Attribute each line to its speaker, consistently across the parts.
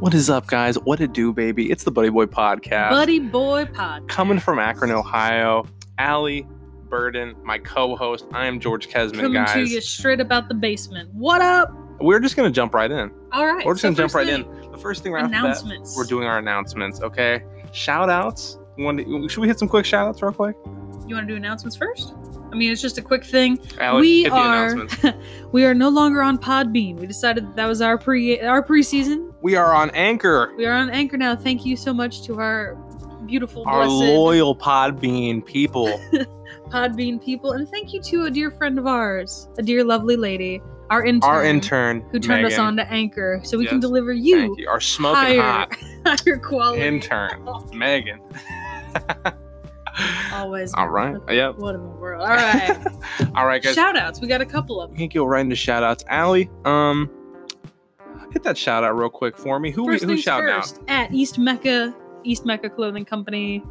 Speaker 1: What is up, guys? What a do, baby? It's the Buddy Boy Podcast.
Speaker 2: Buddy Boy Pod.
Speaker 1: Coming from Akron, Ohio, Allie Burden, my co host. I am George Kesman,
Speaker 2: Coming
Speaker 1: guys.
Speaker 2: to you straight about the basement. What up?
Speaker 1: We're just going to jump right in.
Speaker 2: All right.
Speaker 1: We're just
Speaker 2: so
Speaker 1: going to jump
Speaker 2: first
Speaker 1: right
Speaker 2: thing,
Speaker 1: in. The first thing right off the bat,
Speaker 2: Announcements.
Speaker 1: we're doing our announcements, okay? Shout outs. One, should we hit some quick shout outs real quick?
Speaker 2: You want to do announcements first? I mean, it's just a quick thing.
Speaker 1: Allie,
Speaker 2: we
Speaker 1: hit the
Speaker 2: are
Speaker 1: announcements.
Speaker 2: we are no longer on Podbean. We decided that, that was our pre our preseason.
Speaker 1: We are on Anchor.
Speaker 2: We are on Anchor now. Thank you so much to our beautiful
Speaker 1: Our
Speaker 2: blessed
Speaker 1: loyal Podbean people.
Speaker 2: Podbean people, and thank you to a dear friend of ours, a dear lovely lady, our intern,
Speaker 1: our intern.
Speaker 2: who turned us
Speaker 1: Megan.
Speaker 2: on to Anchor, so we can
Speaker 1: Yes.
Speaker 2: deliver you,
Speaker 1: Thank you. Our smoking
Speaker 2: higher
Speaker 1: hot
Speaker 2: higher quality.
Speaker 1: intern, Megan.
Speaker 2: Always.
Speaker 1: All right. Yep.
Speaker 2: What in the world? All right.
Speaker 1: All right, guys.
Speaker 2: Shout outs. We got a couple of
Speaker 1: we
Speaker 2: them.
Speaker 1: can go right into shout outs. Allie, um, hit that shout out real quick for me. Who, we-
Speaker 2: First
Speaker 1: who
Speaker 2: things
Speaker 1: shouted out?
Speaker 2: first, at East Mecca, East Mecca Clothing Company.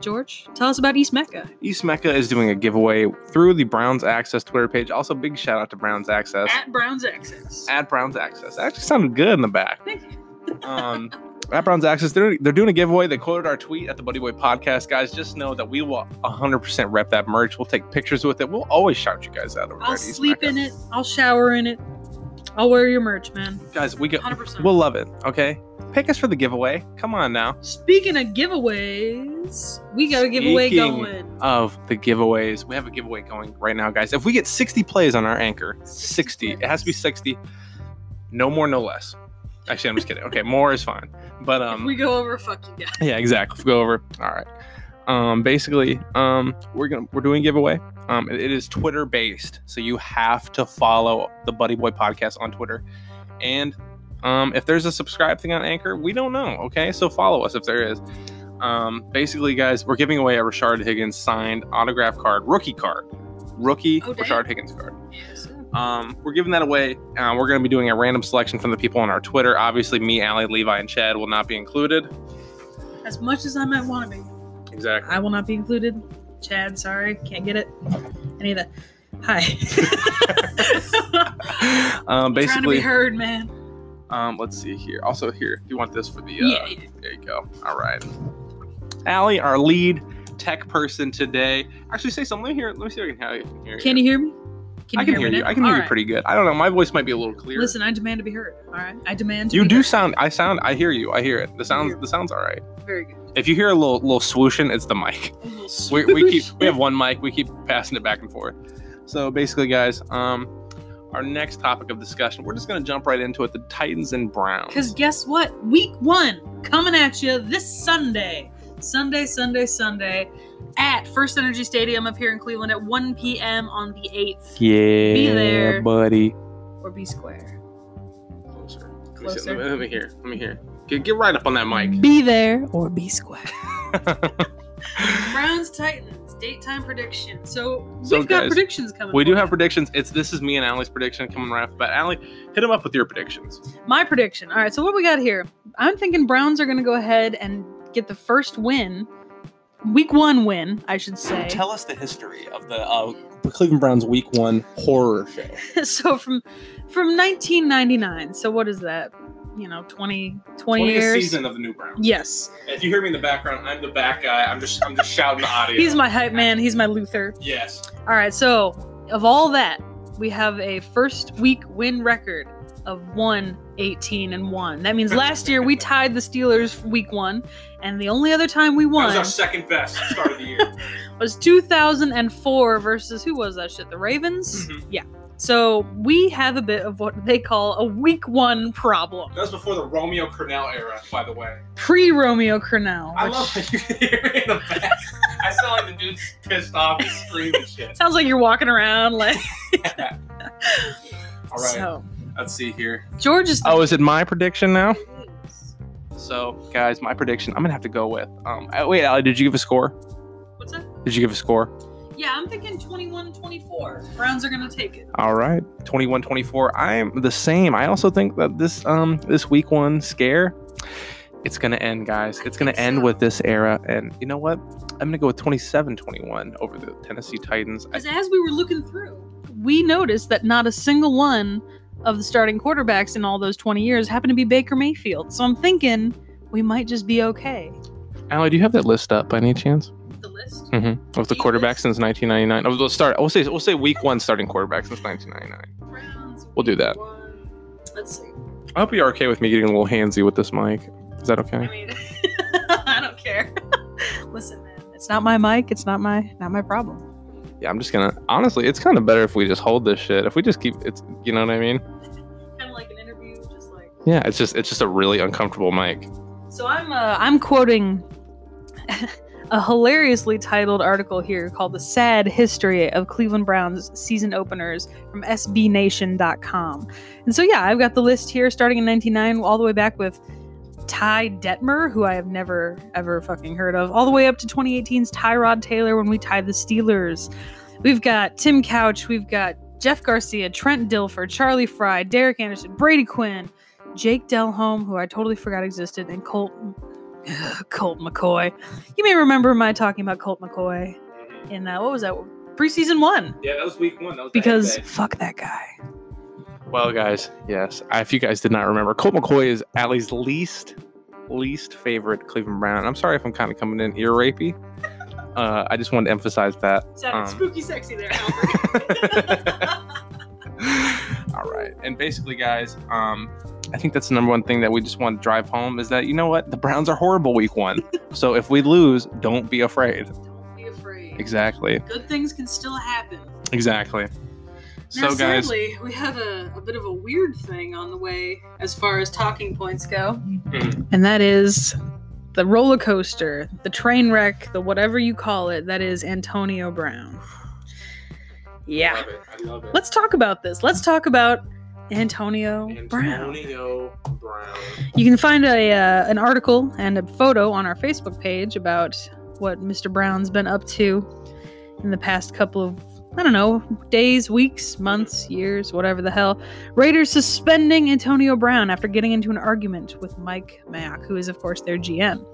Speaker 2: George, tell us about East Mecca.
Speaker 1: East Mecca is doing a giveaway through the Browns Access Twitter page. Also, big shout out to Browns Access.
Speaker 2: At Brown's Access.
Speaker 1: At Browns Access. That actually sounded good in the back.
Speaker 2: Thank you.
Speaker 1: Um, at Browns Access, they're, they're doing a giveaway. They quoted our tweet at the Buddy Boy podcast. Guys, just know that we will 100% rep that merch. We'll take pictures with it. We'll always shout you guys out over
Speaker 2: I'll
Speaker 1: at East
Speaker 2: sleep
Speaker 1: Mecca.
Speaker 2: in it. I'll shower in it. I'll wear your merch, man.
Speaker 1: Guys, we get,
Speaker 2: 100%.
Speaker 1: we'll love it, okay? Pick us for the giveaway. Come on now.
Speaker 2: Speaking of giveaways, we got a giveaway
Speaker 1: Speaking
Speaker 2: going.
Speaker 1: of the giveaways. We have a giveaway going right now, guys. If we get 60 plays on our anchor, 60, it has to be 60. No more, no less. Actually, I'm just kidding. Okay, more is fine. But um
Speaker 2: if we go over, fuck you guys.
Speaker 1: yeah, exactly. Go over. All right. Um basically, um we're going to we're doing a giveaway. Um it- it is Twitter based. So you have to follow the Buddy Boy podcast on Twitter. And um if there's a subscribe thing on Anchor, we don't know, okay? So follow us if there is. Um basically, guys, we're giving away a Rashard Higgins signed autograph card, rookie card. Rookie
Speaker 2: Oh, damn.
Speaker 1: Rashard Higgins card. Um, we're giving that away. Uh, we're going to be doing a random selection from the people on our Twitter. Obviously, me, Allie, Levi, and Chad will not be included.
Speaker 2: As much as I might want to be.
Speaker 1: Exactly.
Speaker 2: I will not be included. Chad, sorry, can't get it. Any of that. Hi.
Speaker 1: um,
Speaker 2: Trying to be
Speaker 1: basically,
Speaker 2: heard, man.
Speaker 1: um, let's see here. Also, here, you want this for the? Uh,
Speaker 2: Yeah, yeah.
Speaker 1: There you go. All right. Allie, our lead tech person today. Actually, say something. Let me hear. Let me see if I can, how I can hear.
Speaker 2: Can you hear me? Can
Speaker 1: I can hear,
Speaker 2: me
Speaker 1: you.
Speaker 2: now?
Speaker 1: I can hear
Speaker 2: All
Speaker 1: you
Speaker 2: right.
Speaker 1: pretty good. I don't know. My voice might be a little clearer.
Speaker 2: Listen, I demand to be heard. All right, I demand. To
Speaker 1: you
Speaker 2: be
Speaker 1: do
Speaker 2: heard.
Speaker 1: sound. I sound. I hear you. I hear it. The sounds.
Speaker 2: you.
Speaker 1: The sounds. All right.
Speaker 2: very good.
Speaker 1: If you hear a little little swooshing, it's the mic.
Speaker 2: A little
Speaker 1: we, we keep
Speaker 2: swoosh.
Speaker 1: we have one mic we keep passing it back and forth so basically guys um our next topic of discussion we're just going to jump right into it the titans and
Speaker 2: Because
Speaker 1: browns
Speaker 2: guess what? Week one coming at you this Sunday. Sunday, Sunday, Sunday at First Energy Stadium up here in Cleveland at 1 p.m. on the 8th.
Speaker 1: yeah
Speaker 2: Be there.
Speaker 1: buddy
Speaker 2: Or B Square.
Speaker 1: closer Let me see-
Speaker 2: Closer.
Speaker 1: Let, me, let me hear let me hear get, get right up on that mic
Speaker 2: Be there or B Square. Browns Titans date time prediction. So
Speaker 1: So,
Speaker 2: we've got
Speaker 1: guys,
Speaker 2: predictions coming.
Speaker 1: we
Speaker 2: for
Speaker 1: do
Speaker 2: ya.
Speaker 1: have predictions it's this is me and Allie's prediction coming right off the bat Allie hit him up with your predictions
Speaker 2: my prediction. All right, so what we got here? I'm thinking Browns are going to go ahead and get the first win, week one win, I should say.
Speaker 1: us the history of the uh, Cleveland Browns week one horror show
Speaker 2: so from from 1999. So what is that? You know, 20 20 years.
Speaker 1: season of the new Browns
Speaker 2: Yes,
Speaker 1: If you hear me in the background, I'm the back guy. I'm just I'm just shouting the audio.
Speaker 2: he's my hype man. He's my Luther.
Speaker 1: yes.
Speaker 2: All right, so of all that, we have a first week win record of 1 18 and 1. That means last year we tied the Steelers week 1 and the only other time we
Speaker 1: That
Speaker 2: won
Speaker 1: was our second best start of the year.
Speaker 2: was 2004 versus who was that shit? The Ravens?
Speaker 1: Mhm.
Speaker 2: Yeah. So we have a bit of what they call a week one problem.
Speaker 1: That was before the Romeo Cornell era, by the way.
Speaker 2: Pre Romeo Cornell.
Speaker 1: I
Speaker 2: which
Speaker 1: love that you can hear me in the back. I sound like the dude's pissed off and screaming shit.
Speaker 2: Sounds like you're walking around like
Speaker 1: All right,
Speaker 2: so.
Speaker 1: let's see here.
Speaker 2: George is
Speaker 1: Oh, is it my prediction now? So, guys, my prediction. I'm gonna have to go with. Um, uh, wait, Ali, did you give a score?
Speaker 2: What's that?
Speaker 1: Did you give a score?
Speaker 2: Yeah, I'm thinking 21-24. Browns are gonna take it.
Speaker 1: All right, 21-24. I am the same. I also think that this um this week one scare, it's gonna end, guys. It's gonna end with this era, and you know what? I'm gonna go with 27-21 over the Tennessee Titans. I,
Speaker 2: Because as we were looking through, we noticed that not a single one of the starting quarterbacks in all those 20 years happened to be Baker Mayfield. So I'm thinking we might just be okay.
Speaker 1: Allie, do you have that list up by any chance?
Speaker 2: The list?
Speaker 1: hmm Of the
Speaker 2: Do you
Speaker 1: quarterbacks
Speaker 2: list-
Speaker 1: since 1999. Oh, We'll start. We'll say we'll say week one starting quarterback since 1999. We'll Hmm. do that.
Speaker 2: Let's see.
Speaker 1: I hope you're okay with me getting a little handsy with this mic. Is that okay?
Speaker 2: I mean, I don't care. Listen, man, it's not my mic. It's not my not my problem.
Speaker 1: Yeah, I'm just gonna. Honestly, it's kind of better if we just hold this shit. If we just keep, it's you know what I mean.
Speaker 2: Kind of like an interview, just like.
Speaker 1: Yeah, it's just it's just a really uncomfortable mic.
Speaker 2: So I'm uh, I'm quoting a hilariously titled article here called "The Sad History of Cleveland Browns Season Openers" from SBNation.com. And so yeah, I've got the list here, starting in '99, all the way back with Ty Detmer, who I have never ever fucking heard of, all the way up to 2018's Tyrod Taylor when we tied the Steelers. We've got Tim Couch. We've got Jeff Garcia, Trent Dilfer, Charlie Fry, Derek Anderson, Brady Quinn. Jake Delhomme, who I totally forgot existed, and Colt Colt McCoy. You may remember my talking about Colt McCoy
Speaker 1: Mm-hmm.
Speaker 2: in uh, what was that preseason one?
Speaker 1: Yeah, that was week one. That was
Speaker 2: Because fuck that guy.
Speaker 1: Well, guys, yes. I- If you guys did not remember, Colt McCoy is Allie's least, least favorite Cleveland Brown. I'm sorry if I'm kind of coming in ear rapey. Uh, I just wanted to emphasize that.
Speaker 2: Sounded
Speaker 1: Um.
Speaker 2: spooky sexy there, Albert.
Speaker 1: All right. And basically, guys, um, I think that's the number one thing that we just want to drive home is that, you know what? The Browns are horrible week one. so if we lose, don't be afraid.
Speaker 2: Don't be afraid.
Speaker 1: Exactly.
Speaker 2: Good things can still happen.
Speaker 1: Exactly. so,
Speaker 2: Now,
Speaker 1: guys,
Speaker 2: sadly, we have a, a bit of a weird thing on the way as far as talking points go.
Speaker 1: Mhm.
Speaker 2: And that is the roller coaster, the train wreck, the whatever you call it, that is Antonio Brown. Yeah.
Speaker 1: love it. I love it.
Speaker 2: Let's talk about this. Let's talk about Antonio, Brown.
Speaker 1: Antonio Brown.
Speaker 2: You can find a uh, an article and a photo on our Facebook page about what Mr. Brown's been up to in the past couple of I don't know days, weeks, months, years, whatever the hell. Raiders suspending Antonio Brown after getting into an argument with Mike Mayock, who is of course their GM,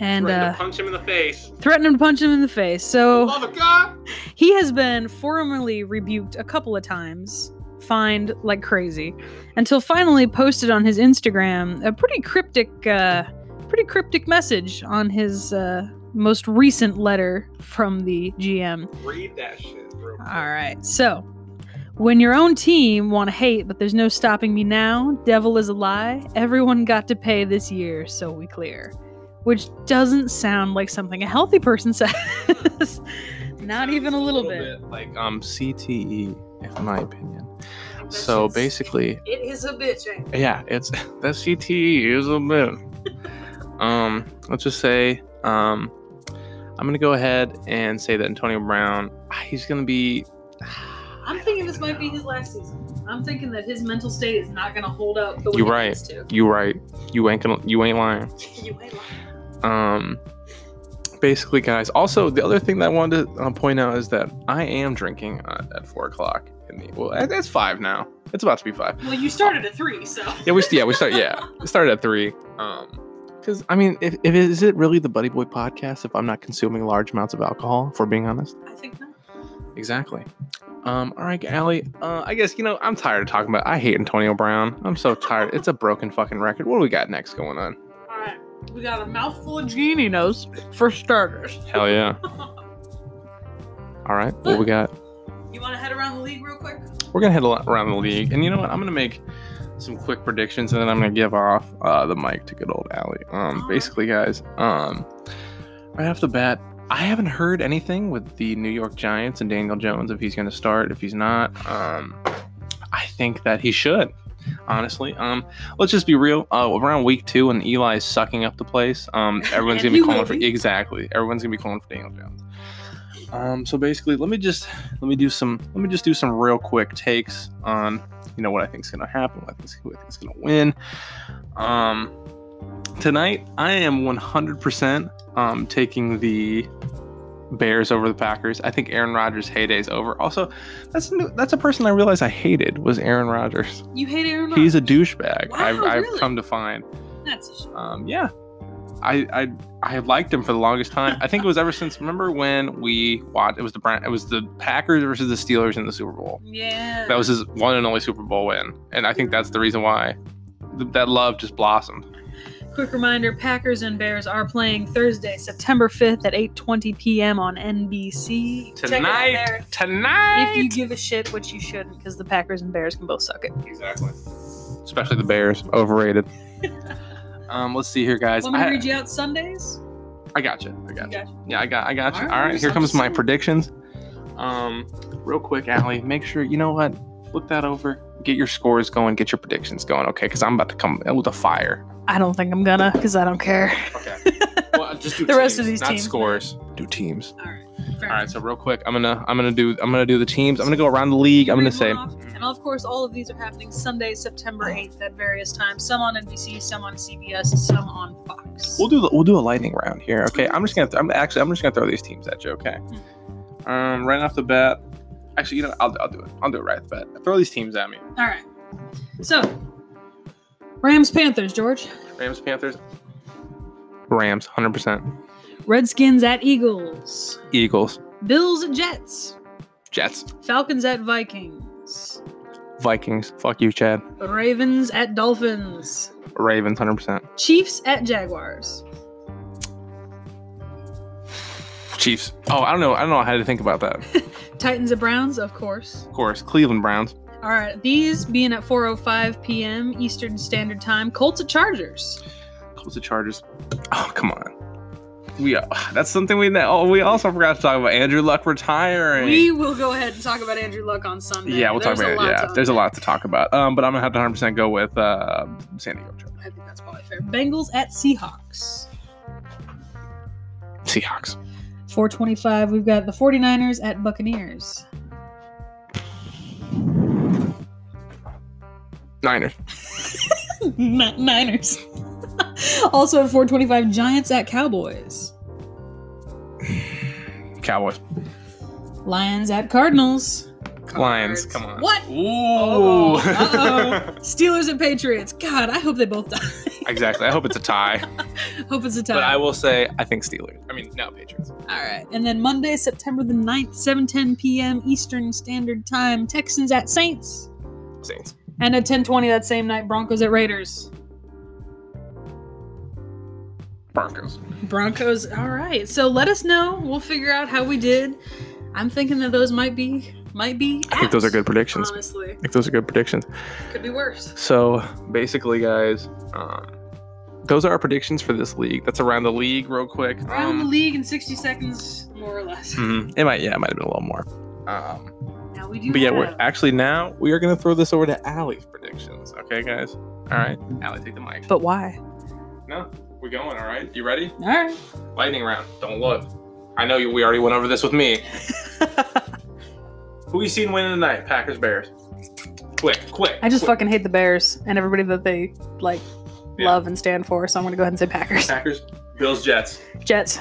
Speaker 2: and uh, Oh.
Speaker 1: punch him in the face.
Speaker 2: threatened to punch him in the face. So.
Speaker 1: Love it, God.
Speaker 2: He has been formally rebuked a couple of times, fined like crazy, until finally posted on his Instagram a pretty cryptic, uh, pretty cryptic message on his uh, most recent letter from the GM.
Speaker 1: Read that shit. Bro.
Speaker 2: All right, so when your own team want to hate, but there's no stopping me now. Devil is a lie. Everyone got to pay this year, so we clear. Which doesn't sound like something a healthy person says. Not even a little, bit.
Speaker 1: Like um CTE, if my opinion.
Speaker 2: That's
Speaker 1: So
Speaker 2: just-
Speaker 1: basically,
Speaker 2: it is a bitch. ain't it?
Speaker 1: yeah, it's that CTE is a bit. um, let's just say um, I'm gonna go ahead and say that Antonio Brown, ah, he's gonna be.
Speaker 2: I'm thinking this might be his last season. I'm thinking that his mental state is not going to hold up. The way
Speaker 1: You're
Speaker 2: it
Speaker 1: right.
Speaker 2: needs To.
Speaker 1: You right. You ain't gonna. You ain't lying.
Speaker 2: you ain't lying.
Speaker 1: Um, basically, guys. Also, the other thing that I wanted to uh, point out is that I am drinking uh, at four o'clock. In the, well, it- it's five now. It's about to be five.
Speaker 2: Well, you started at three, so
Speaker 1: Yeah, we yeah we start yeah we started at three. Um, because I mean, if, if is it really the Buddy Boy podcast if I'm not consuming large amounts of alcohol? If we're being honest,
Speaker 2: I think not.
Speaker 1: exactly. Um, all right, Allie. Uh, I guess you know I'm tired of talking about. I hate Antonio Brown. I'm so tired. it's a broken fucking record. What do we got next going on?
Speaker 2: All right, we got a mouthful of genie nose for starters.
Speaker 1: Hell yeah. All right, what we got?
Speaker 2: You want to head around the league real quick?
Speaker 1: We're gonna head a lot around the league, and you know what? I'm gonna make some quick predictions, and then I'm gonna give off uh, the mic to good old Allie. Um,
Speaker 2: Alright.
Speaker 1: basically, guys, um, right off the bat, I haven't heard anything with the New York Giants and Daniel Jones if he's gonna start, if he's not. Um, I think that he should. Honestly, um, let's just be real. Uh, around week two, when Eli is sucking up the place, um, everyone's gonna
Speaker 2: And
Speaker 1: be
Speaker 2: he
Speaker 1: calling
Speaker 2: will
Speaker 1: for
Speaker 2: be.
Speaker 1: exactly. Everyone's gonna be calling for Daniel Jones. Um, so basically, let me just let me do some let me just do some real quick takes on you know what I think's gonna happen, what I think's, who I think's gonna win. Um, tonight I am 100% um, taking the Bears over the Packers. I think Aaron Rodgers' heyday is over. Also, that's a new, that's a person I realized I hated was Aaron Rodgers.
Speaker 2: You hate Aaron.
Speaker 1: He's a
Speaker 2: Rodgers.
Speaker 1: douchebag.
Speaker 2: Wow,
Speaker 1: I've, I've
Speaker 2: really?
Speaker 1: come to find.
Speaker 2: That's a shame.
Speaker 1: Um, yeah. I I I liked him for the longest time. I think it was ever since remember when we watched it was the Brown- it was the Packers versus the Steelers in the Super Bowl.
Speaker 2: Yeah.
Speaker 1: That was his one and only Super Bowl win, and I think that's the reason why th- that love just blossomed.
Speaker 2: Quick reminder: Packers and Bears are playing Thursday, September fifth at 8:20 p.m. on NBC. Check it out
Speaker 1: Tonight,
Speaker 2: there.
Speaker 1: tonight.
Speaker 2: If you give a shit, which you shouldn't, because the Packers and Bears can both suck it.
Speaker 1: Exactly. Especially the Bears, overrated. um, let's see here, guys.
Speaker 2: Want me to
Speaker 1: I,
Speaker 2: read you out Sundays?
Speaker 1: I got you. I got you.
Speaker 2: Gotcha.
Speaker 1: Yeah, I got. I got you.
Speaker 2: All
Speaker 1: All
Speaker 2: right,
Speaker 1: right, here
Speaker 2: I'm
Speaker 1: comes
Speaker 2: just
Speaker 1: my
Speaker 2: saying.
Speaker 1: predictions. Um, real quick, Allie, make sure you know what. Look that over. Get your scores going. Get your predictions going. Okay, because I'm about to come with a fire.
Speaker 2: I don't think I'm gonna, because I don't care.
Speaker 1: Okay. Well, just do
Speaker 2: The rest of these
Speaker 1: not
Speaker 2: teams.
Speaker 1: scores. Do teams.
Speaker 2: All right.
Speaker 1: All right. So real quick, I'm gonna I'm gonna do I'm gonna do the teams. I'm gonna go around the league. I'm gonna say.
Speaker 2: And of course, all of these are happening Sunday, September 8th at various times. Some on NBC, some on CBS, some on Fox.
Speaker 1: We'll do the- we'll do a lightning round here. Okay, I'm just gonna th- I'm actually I'm just gonna throw these teams at you. Okay,
Speaker 2: Hmm.
Speaker 1: um, right off the bat, actually you know I'll, I'll do it. I'll do it right off the bat. Throw these teams at me.
Speaker 2: all right. So, Rams, Panthers, George.
Speaker 1: Rams, Panthers, Rams, hundred percent.
Speaker 2: Redskins at Eagles.
Speaker 1: Eagles,
Speaker 2: Bills at Jets.
Speaker 1: Jets,
Speaker 2: Falcons at Vikings.
Speaker 1: Vikings. Fuck you, Chad.
Speaker 2: Ravens at Dolphins.
Speaker 1: Ravens, hundred percent.
Speaker 2: Chiefs at Jaguars.
Speaker 1: Chiefs. Oh, I don't know. I don't know how to think about that.
Speaker 2: Titans at Browns, of course.
Speaker 1: Of course, Cleveland Browns.
Speaker 2: All right, these being at 4:05 p.m. Eastern Standard Time. Colts at Chargers.
Speaker 1: Colts, the Chargers. Oh, come on. We uh, that's something we oh, we also forgot to talk about. Andrew Luck retiring.
Speaker 2: We will go ahead and talk about Andrew Luck on Sunday.
Speaker 1: Yeah, we'll
Speaker 2: There's
Speaker 1: talk
Speaker 2: a
Speaker 1: about
Speaker 2: lot
Speaker 1: it. Yeah,
Speaker 2: to
Speaker 1: there's a
Speaker 2: unpack.
Speaker 1: lot to talk about. Um, but I'm gonna have to 100 percent go with uh, San Diego Chargers.
Speaker 2: I think that's probably fair. Bengals at Seahawks.
Speaker 1: Seahawks.
Speaker 2: 425, we've got the 49ers at Buccaneers.
Speaker 1: Niners.
Speaker 2: N- Niners. also at 425, Giants at Cowboys.
Speaker 1: Cowboys.
Speaker 2: Lions at Cardinals.
Speaker 1: Lions. Come on.
Speaker 2: What?
Speaker 1: Ooh.
Speaker 2: Oh, Uh-oh. Steelers at Patriots. God, I hope they both die.
Speaker 1: exactly. I hope it's a tie.
Speaker 2: hope it's a tie.
Speaker 1: But I will say I think Steelers. I mean no Patriots.
Speaker 2: All right. And then Monday, September the 9th, 7:10 p.m. Eastern Standard Time, Texans at Saints.
Speaker 1: Saints.
Speaker 2: And at 10:20 that same night, Broncos at Raiders.
Speaker 1: Broncos.
Speaker 2: Broncos. All right. So let us know. We'll figure out how we did. I'm thinking that those might be might be
Speaker 1: I think those are
Speaker 2: apt,
Speaker 1: good predictions.
Speaker 2: Honestly,
Speaker 1: I think those are good predictions.
Speaker 2: could be worse.
Speaker 1: So basically, guys, um, those are our predictions for this league. That's around the league, real quick.
Speaker 2: Around the
Speaker 1: Um,
Speaker 2: league in 60 seconds, more or less.
Speaker 1: mhm. It might, yeah, it might have been a little more. Um,
Speaker 2: Now we do.
Speaker 1: But yeah, we're
Speaker 2: have-
Speaker 1: actually now we are gonna throw this over to Allie's predictions. Okay, guys. All right, Allie, take the mic.
Speaker 2: But why?
Speaker 1: No, we're going. All right, you ready?
Speaker 2: All right.
Speaker 1: Lightning round. Don't look. I know you. We already went over this with me. Who you seen winning tonight? Packers, Bears. Quick, quick.
Speaker 2: I just
Speaker 1: quick.
Speaker 2: fucking hate the Bears and everybody that they like
Speaker 1: Yeah.
Speaker 2: love and stand for. So I'm gonna go ahead and say Packers,
Speaker 1: Packers, Bills, Jets,
Speaker 2: Jets,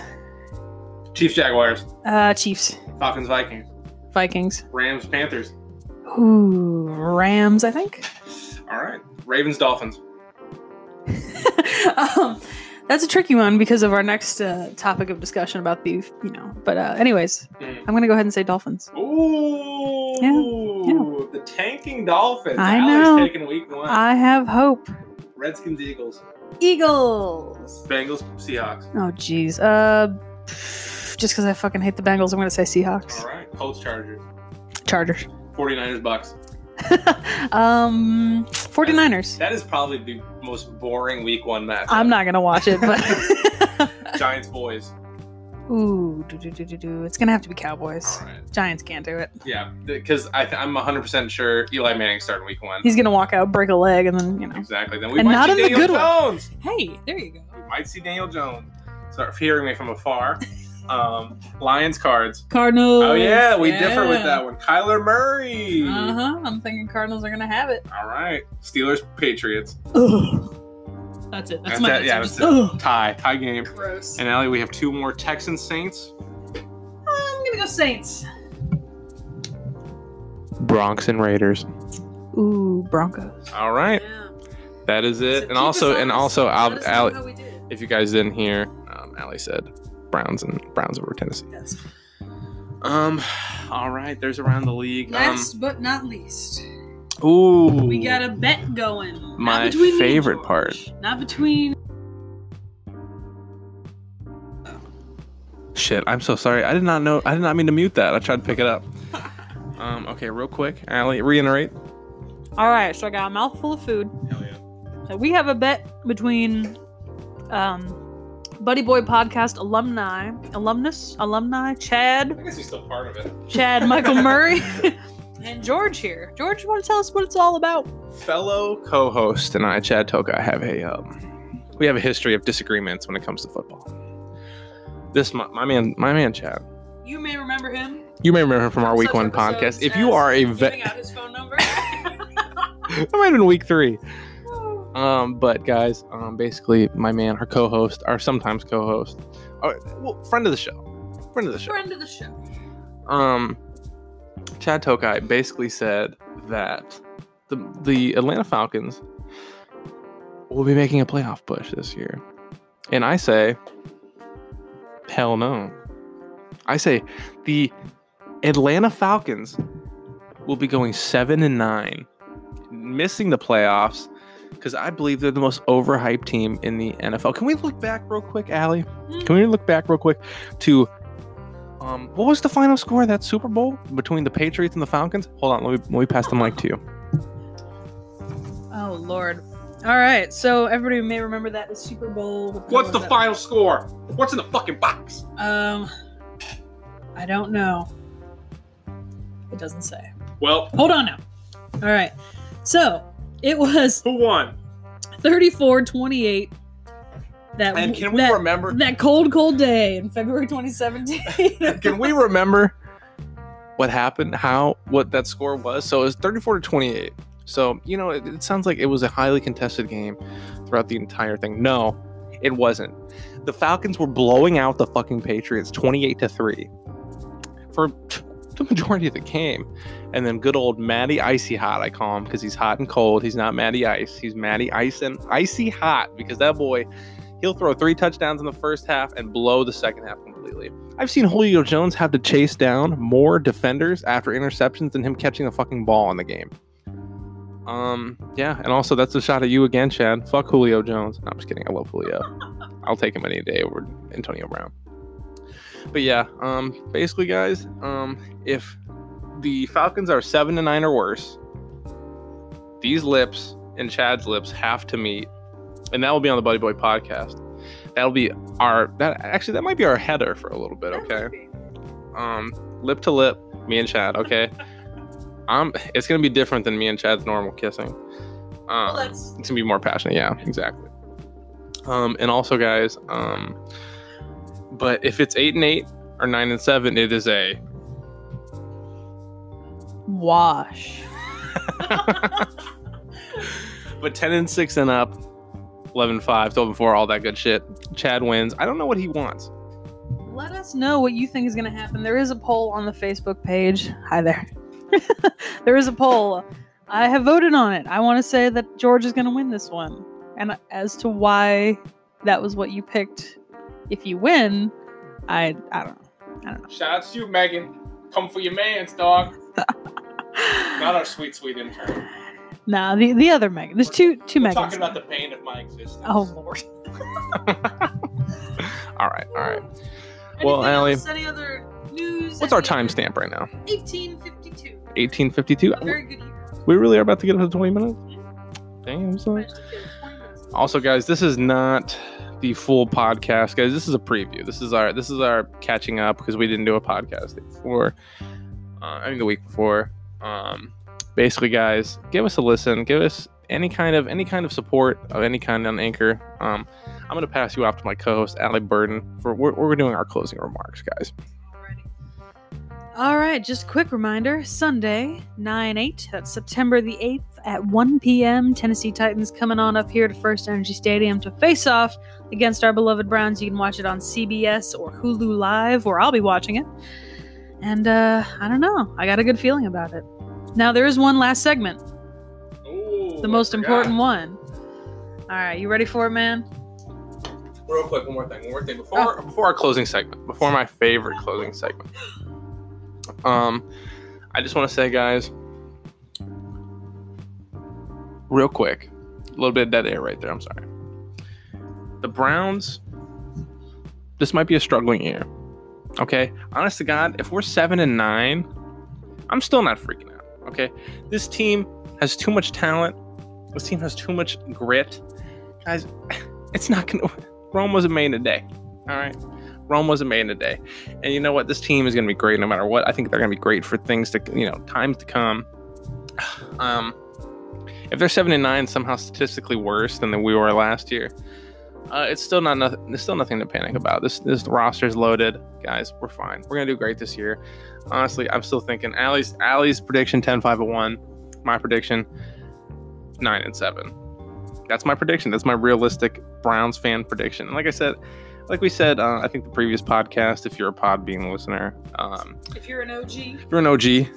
Speaker 1: Chiefs, Jaguars,
Speaker 2: uh, Chiefs,
Speaker 1: Falcons, Vikings,
Speaker 2: Vikings,
Speaker 1: Rams, Panthers.
Speaker 2: ooh, Rams. I think.
Speaker 1: All right, Ravens, Dolphins.
Speaker 2: um, that's a tricky one because of our next uh, topic of discussion about the, you know. But uh, anyways,
Speaker 1: Mm.
Speaker 2: I'm gonna go ahead and say Dolphins.
Speaker 1: Ooh, the tanking Dolphins.
Speaker 2: I
Speaker 1: Allie's
Speaker 2: know.
Speaker 1: taking week one.
Speaker 2: I have hope.
Speaker 1: Redskins, Eagles,
Speaker 2: Eagles.
Speaker 1: Bengals, Seahawks.
Speaker 2: Oh jeez. Uh, just because I fucking hate the Bengals, I'm gonna say Seahawks.
Speaker 1: All right. Colts, Chargers,
Speaker 2: Chargers.
Speaker 1: 49ers, Bucks.
Speaker 2: um, 49ers.
Speaker 1: That is probably the most boring week one match.
Speaker 2: I'm not gonna watch it, but
Speaker 1: Giants, Boys.
Speaker 2: ooh, do, do, do, do, do. it's gonna have to be Cowboys.
Speaker 1: All right.
Speaker 2: Giants can't do it.
Speaker 1: Yeah, because I th- I'm 100% sure Eli Manning's starting week one.
Speaker 2: He's gonna walk out, break a leg, and then you know.
Speaker 1: exactly. Then we
Speaker 2: And
Speaker 1: might
Speaker 2: not
Speaker 1: see
Speaker 2: in the
Speaker 1: Daniel
Speaker 2: good one.
Speaker 1: Jones.
Speaker 2: Hey, there you go.
Speaker 1: We might see Daniel Jones. Start hearing me from afar. Um, Lions, Cards.
Speaker 2: Cardinals.
Speaker 1: Oh, yeah, we differ with that one. Kyler Murray.
Speaker 2: Uh huh. I'm thinking Cardinals are gonna have it.
Speaker 1: All right. Steelers, Patriots.
Speaker 2: That's it. That's,
Speaker 1: That's
Speaker 2: my
Speaker 1: it, yeah,
Speaker 2: answer. Just,
Speaker 1: that's
Speaker 2: ugh.
Speaker 1: Tie. Tie game.
Speaker 2: Gross.
Speaker 1: And Allie, we have two more Texans, Saints.
Speaker 2: I'm gonna go Saints.
Speaker 1: Bronx and Raiders.
Speaker 2: Ooh, Broncos.
Speaker 1: All right,
Speaker 2: Yeah.
Speaker 1: that is
Speaker 2: So
Speaker 1: it.
Speaker 2: keep
Speaker 1: and
Speaker 2: us
Speaker 1: also,
Speaker 2: honest.
Speaker 1: and also,
Speaker 2: Let
Speaker 1: Al,
Speaker 2: us know
Speaker 1: Al,
Speaker 2: how we did.
Speaker 1: If you guys didn't hear, um, Allie said Browns and Browns over Tennessee.
Speaker 2: Yes.
Speaker 1: Um, all right. There's around the league.
Speaker 2: Last but not least,
Speaker 1: Um, ooh,
Speaker 2: we got a bet going. Not
Speaker 1: My
Speaker 2: between me and
Speaker 1: favorite
Speaker 2: George.
Speaker 1: part.
Speaker 2: Not between.
Speaker 1: Shit, I'm so sorry. I did not know. I did not mean to mute that. I tried to pick it up. Um, okay, real quick, Allie, reiterate.
Speaker 2: All right, so I got a mouthful of food.
Speaker 1: Hell yeah.
Speaker 2: So we have a bet between um, Buddy Boy Podcast alumni, alumnus, alumni, Chad,
Speaker 1: I guess he's still part of it.
Speaker 2: Chad Michael Murray, and George here. George, you want to tell us what it's all about?
Speaker 1: Fellow co-host and I, Chad Toka, have a um, we have a history of disagreements when it comes to football. This my, my man, my man, Chad.
Speaker 2: You may remember him.
Speaker 1: You may remember him from our
Speaker 2: From
Speaker 1: week
Speaker 2: such
Speaker 1: one
Speaker 2: episodes
Speaker 1: podcast. If
Speaker 2: as
Speaker 1: you are a
Speaker 2: Giving
Speaker 1: vet,
Speaker 2: out his phone number.
Speaker 1: that might have been week three. Um, but guys, um, basically, my man, our co-host, our sometimes co-host, our, well, friend of the show, friend of the show.
Speaker 2: Friend of the show.
Speaker 1: um, Chad Tokai basically said that the the Atlanta Falcons will be making a playoff push this year, and I say, hell no. I say the Atlanta Falcons will be going seven and nine, missing the playoffs. Because I believe they're the most overhyped team in the NFL. Can we look back real quick, Allie? Can we look back real quick to um, what was the final score of that Super Bowl between the Patriots and the Falcons? Hold on, let me, let me pass the mic to you.
Speaker 2: Oh Lord. All right, so everybody may remember that the Super Bowl. what was that?
Speaker 1: score? What's in the fucking box?
Speaker 2: Um, I don't know. It doesn't say.
Speaker 1: Well,
Speaker 2: Hold on now. All right. So it was
Speaker 1: who won?
Speaker 2: 34 28. That,
Speaker 1: And can we
Speaker 2: that,
Speaker 1: remember?
Speaker 2: that cold, cold day in February 2017.
Speaker 1: Can we remember what happened? How what that score was? So it was 34 to 28. So you know, it, it sounds like it was a highly contested game throughout the entire thing. No, it wasn't. The Falcons were blowing out the fucking Patriots 28 to three for t- the majority of the game. And then good old Matty Icy Hot, I call him because he's hot and cold. He's not Matty Ice. He's Matty Ice and Icy Hot because that boy, he'll throw three touchdowns in the first half and blow the second half completely. I've seen Julio Jones have to chase down more defenders after interceptions than him catching a fucking ball in the game. Um, yeah, and also that's a shot at you again, Chad. Fuck Julio Jones. No, I'm just kidding. I love Julio. I'll take him any day over Antonio Brown. But yeah, um, basically, guys, um, if the Falcons are seven to nine or worse, these lips and Chad's lips have to meet, and that will be on the Buddy Boy podcast. That'll be our that actually that might be our header for a little bit. Okay, um, lip to lip, me and Chad. Okay, um, it's gonna be different than me and Chad's normal kissing. Um,
Speaker 2: Well, that's
Speaker 1: it's gonna be more passionate yeah exactly um and also guys um but if it's eight and eight or nine and seven it is a
Speaker 2: wash.
Speaker 1: but 10 and 6 and up 11 5 12 and 4 all that good shit chad wins i don't know what he wants
Speaker 2: Let us know what you think is going to happen. There is a poll on the Facebook page. Hi there. there is a poll. I have voted on it. I want to say that George is going to win this one. And as to why that was what you picked, if you win, I I don't
Speaker 1: shouts to you megan come for your man's dog
Speaker 2: know.
Speaker 1: our sweet sweet intern
Speaker 2: nah, the the other Megan. There's two two Megans.
Speaker 1: the pain of my existence
Speaker 2: Oh lord.
Speaker 1: all right all right Well,
Speaker 2: Anything
Speaker 1: Allie-
Speaker 2: else? any other news?
Speaker 1: what's our
Speaker 2: Any-
Speaker 1: timestamp right now
Speaker 2: 1852.
Speaker 1: 1852
Speaker 2: A very good year.
Speaker 1: we really are about to get up to 20 minutes damn I'm sorry.
Speaker 2: Managed to kill 20 minutes.
Speaker 1: Also, guys, this is not the full podcast, guys. This is a preview. This is our this is our catching up because we didn't do a podcast before. Uh, I mean, the week before. Um, basically, guys, give us a listen. Give us any kind of any kind of support of any kind on Anchor. Um, I'm gonna pass you off to my co-host Allie Burden for we're, we're doing our closing remarks, guys.
Speaker 2: Alrighty. All right, just a quick reminder Sunday, 9 8, that's September the 8th at 1 p.m. Tennessee Titans coming on up here to First Energy Stadium to face off against our beloved Browns. You can watch it on CBS or Hulu Live, where I'll be watching it. And uh, I don't know, I got a good feeling about it. Now, there is one last segment, the most important one. All right, you ready for it, man?
Speaker 1: real quick, one more thing, one more thing before before our closing segment, before my favorite closing segment. Um, I just want to say, guys, real quick, a little bit of dead air right there. I'm sorry. The Browns. This might be a struggling year. Okay, honest to God, if we're seven and nine, I'm still not freaking out. Okay, this team has too much talent. This team has too much grit, guys. It's not gonna. Rome wasn't made in a day. All right. Rome wasn't made in a day. And you know what? This team is going to be great no matter what. I think they're going to be great for things to, you know, times to come. Um, if they're seven and nine, somehow statistically worse than we were last year, uh, it's still not nothing. It's still nothing to panic about. This this roster's loaded, guys. We're fine. We're gonna do great this year. Honestly, I'm still thinking Allie's Allie's prediction 10 5 and 1. My prediction 9 and 7. That's my prediction. That's my realistic Browns fan prediction. And like I said, like we said, uh, I think the previous podcast, if you're a Podbean listener, um,
Speaker 2: If you're an OG,
Speaker 1: if you're an OG,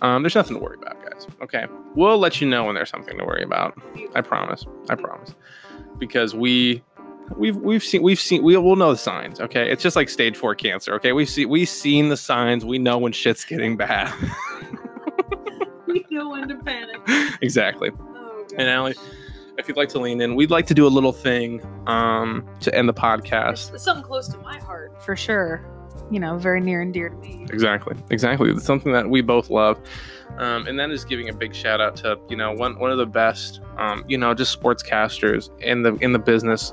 Speaker 1: um, there's nothing to worry about, guys. Okay, we'll let you know when there's something to worry about. I promise. I promise. Because we we've we've seen we've seen we will know the signs, okay? It's just like stage 4 cancer, okay? We've seen we've seen the signs. We know when shit's getting bad.
Speaker 2: we know when to panic.
Speaker 1: exactly.
Speaker 2: Oh, gosh.
Speaker 1: And Allie, if you'd like to lean in, we'd like to do a little thing um to end the podcast.
Speaker 2: It's something close to my heart for sure. You know, very near and dear to me.
Speaker 1: Exactly. Exactly. It's something that we both love. Um, and that is giving a big shout out to, you know, one one of the best um, you know, just sportscasters in the in the business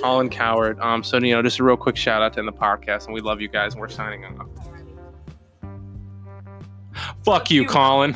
Speaker 1: Colin Coward. Um, so you know, just a real quick shout out to in the podcast, and we love you guys, and we're signing off. Fuck you, Colin.